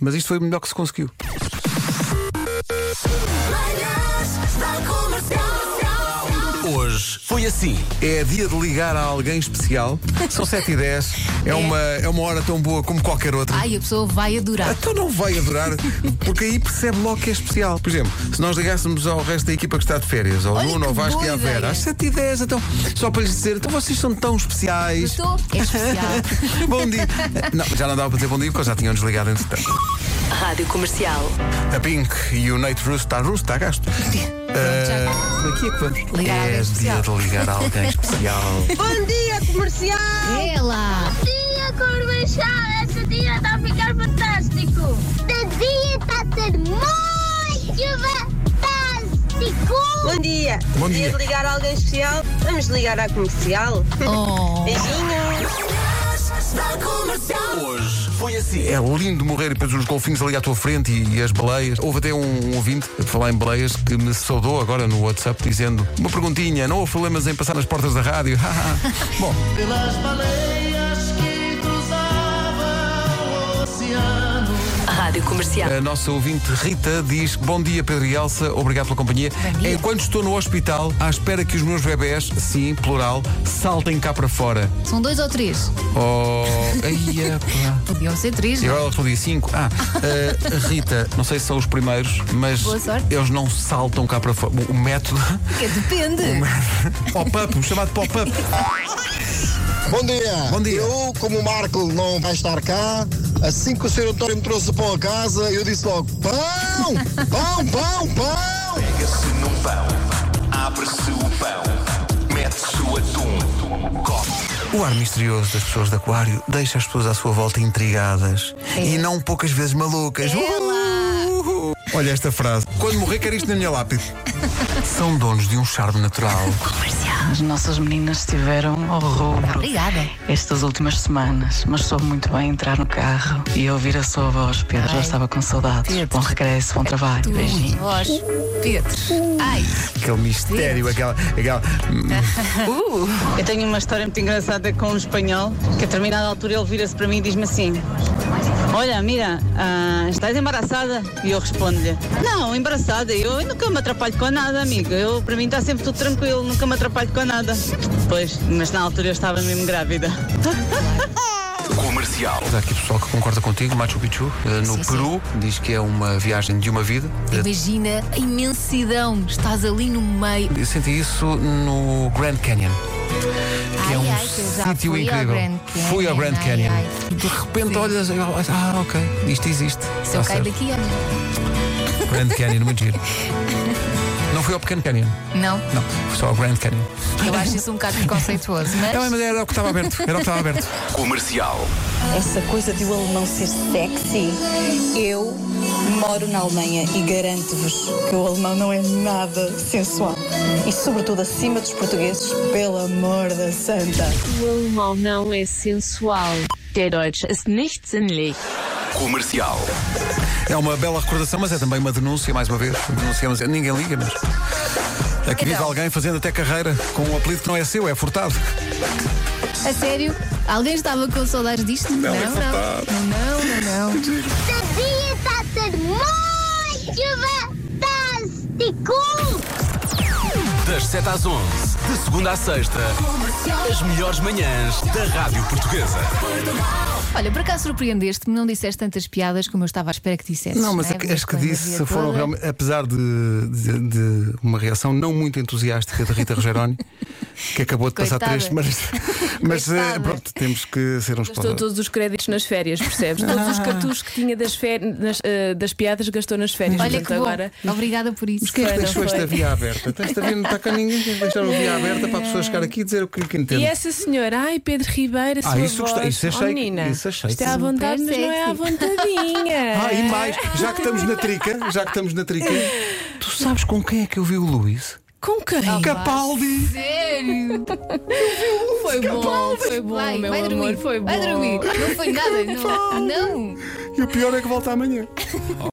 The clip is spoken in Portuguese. Mas isto foi o melhor que se conseguiu. Manhãs da Comercial. Hoje foi assim. É dia de ligar a alguém especial. São 7 e 10 é, Uma, é uma hora tão boa como qualquer outra. Ai, a pessoa vai adorar. Então não vai adorar, porque aí percebe logo que é especial. Por exemplo, se nós ligássemos ao resto da equipa que está de férias, ao Olha Nuno, ao que Vasco e boa à Vera, ideia. às 7 e 10 então, só para lhes dizer, então vocês são tão especiais. Estou, é especial. bom dia. Não, já não dava para dizer bom dia porque eles já tinham desligado entretanto. Rádio Comercial. A Pink e o Nate Russo está russo, está tá gasto. Ah, daqui é que vamos. Ligar a alguém é dia especial. de ligar a alguém especial. Bom dia, comercial! É Ela! dia, Corbichal, esse dia está a ficar fantástico. Este dia está a ser muito fantástico. Bom dia! Bom dia. de ligar a alguém especial? Vamos ligar à comercial? Oh! Beijinhos! Manhãs da Comercial. Hoje foi assim. É lindo morrer e depois os golfinhos ali à tua frente e, e as baleias. Houve até um, um ouvinte, a falar em baleias, que me saudou agora no WhatsApp dizendo uma perguntinha, não houve problemas em passar nas portas da rádio. Bom, Rádio Comercial. a nossa ouvinte Rita diz bom dia Pedro e Elsa, obrigado pela companhia. dia. Enquanto estou no hospital, à espera que os meus bebés, sim, plural, saltem cá para fora. São dois ou três? Oh, eia, pá. Podiam ser três, E não? agora ela respondia 5. Ah, eh, Rita, não sei se são os primeiros, mas Boa sorte. eles não saltam cá para fora. O- O método. Porque depende. Pop-up, o chamado pop-up. Bom dia. Bom dia. Eu, como o Marco não vai estar cá, assim que o senhor António me trouxe para a casa, eu disse logo: pão, pão, pão, pão. Pega-se num pão, abre-se o pão, mete-se o atum, come. O ar misterioso das pessoas de Aquário deixa as pessoas à sua volta intrigadas É. e não poucas vezes malucas. Uhuhu. Olha esta frase. Quando morrer, quero isto na minha lápide. São donos de um charme natural. As nossas meninas estiveram ao rubro Obrigada. estas últimas semanas, mas soube muito bem entrar no carro e ouvir a sua voz, Pedro. Já Ai. estava com saudades. Pedro. Bom regresso, bom trabalho. Beijinho. Vós, Pedro. Ai, Aquele mistério, aquela. aquela... Eu tenho uma história muito engraçada com um espanhol que a determinada altura ele vira-se para mim e diz-me assim: Olha, mira, ah, estás embaraçada? E eu respondo-lhe: Não, embaraçada, eu nunca me atrapalho com nada, amigo. Eu, para mim está sempre tudo tranquilo, nunca me atrapalho com nada. Pois, mas na altura eu estava mesmo grávida. Comercial. Há aqui pessoal que concorda contigo, Machu Picchu, eh, no Sim, sim. Peru, diz que é uma viagem de uma vida. Eh, imagina a imensidão. Estás ali no meio. Eu senti isso no Grand Canyon. Que Ai, é um ai, que eu já sítio fui ao incrível. Grand Canyon, fui ao Grand ai, Canyon. ai. De repente olhas e olhas, ah, ok, isto existe. Se eu Tá certo. caio daqui, olha. Grand Canyon, muito giro. Não fui ao Pequeno Canyon, Não, não, fui só ao Grand Canyon. eu acho isso um bocado preconceituoso, Não, mas. mas era o que estava aberto, era o que estava aberto. Comercial. Essa coisa de o alemão ser sexy, eu moro na Alemanha e garanto-vos que o alemão não é nada sensual. E, sobretudo, acima dos portugueses, pelo amor da santa. Comercial. É uma bela recordação, mas é também uma denúncia, mais uma vez. Denunciamos, ninguém liga, mas. Aqui Então. vive alguém fazendo até carreira com um apelido que não é seu, é furtado. A sério? Alguém estava com saudades disto? Não, é não. Não, não, não. não. Este dia tá está a ser muito fantástico. Das 7 às 11, de segunda à sexta, as melhores manhãs da Rádio Portuguesa. Olha, por acaso surpreendeste-me, não disseste tantas piadas como eu estava à espera que dissesse. Não, mas é? acho as que Viste disse bem a vida foram toda. realmente, apesar de, de- de uma reação não muito entusiástica de Rita Rogeroni, que acabou de passar Coitada. três semanas. Mas eh, Coitada. pronto, temos que ser uns Gastou todos os créditos nas férias, percebes? Todos os cartuchos que tinha das, fe- nas, eh, das piadas gastou nas férias. Olha Portanto, que bom. agora. Obrigada por isso. Quem é que Foi, não deixou foi. esta via aberta? Então, Esta via não está cá ninguém que deixar a via aberta para a pessoa chegar aqui e dizer o que, que entende. E essa senhora, ai Pedro Ribeira, Ah, sua isso voz. gostei, isso achei Oh, que- menina, isso achei Isto que é à sim. vontade, mas não é à Super vontadinha. Ah, e mais, já que estamos na trica, já que estamos na trica, tu sabes com quem é que eu vi o Luís? Com quem? Capaldi! Sério? Foi bom, foi bom, Vai, meu vai dormir, amor, foi bom. Vai dormir. Ah, Não foi nada, não. não. E o pior é que volta amanhã.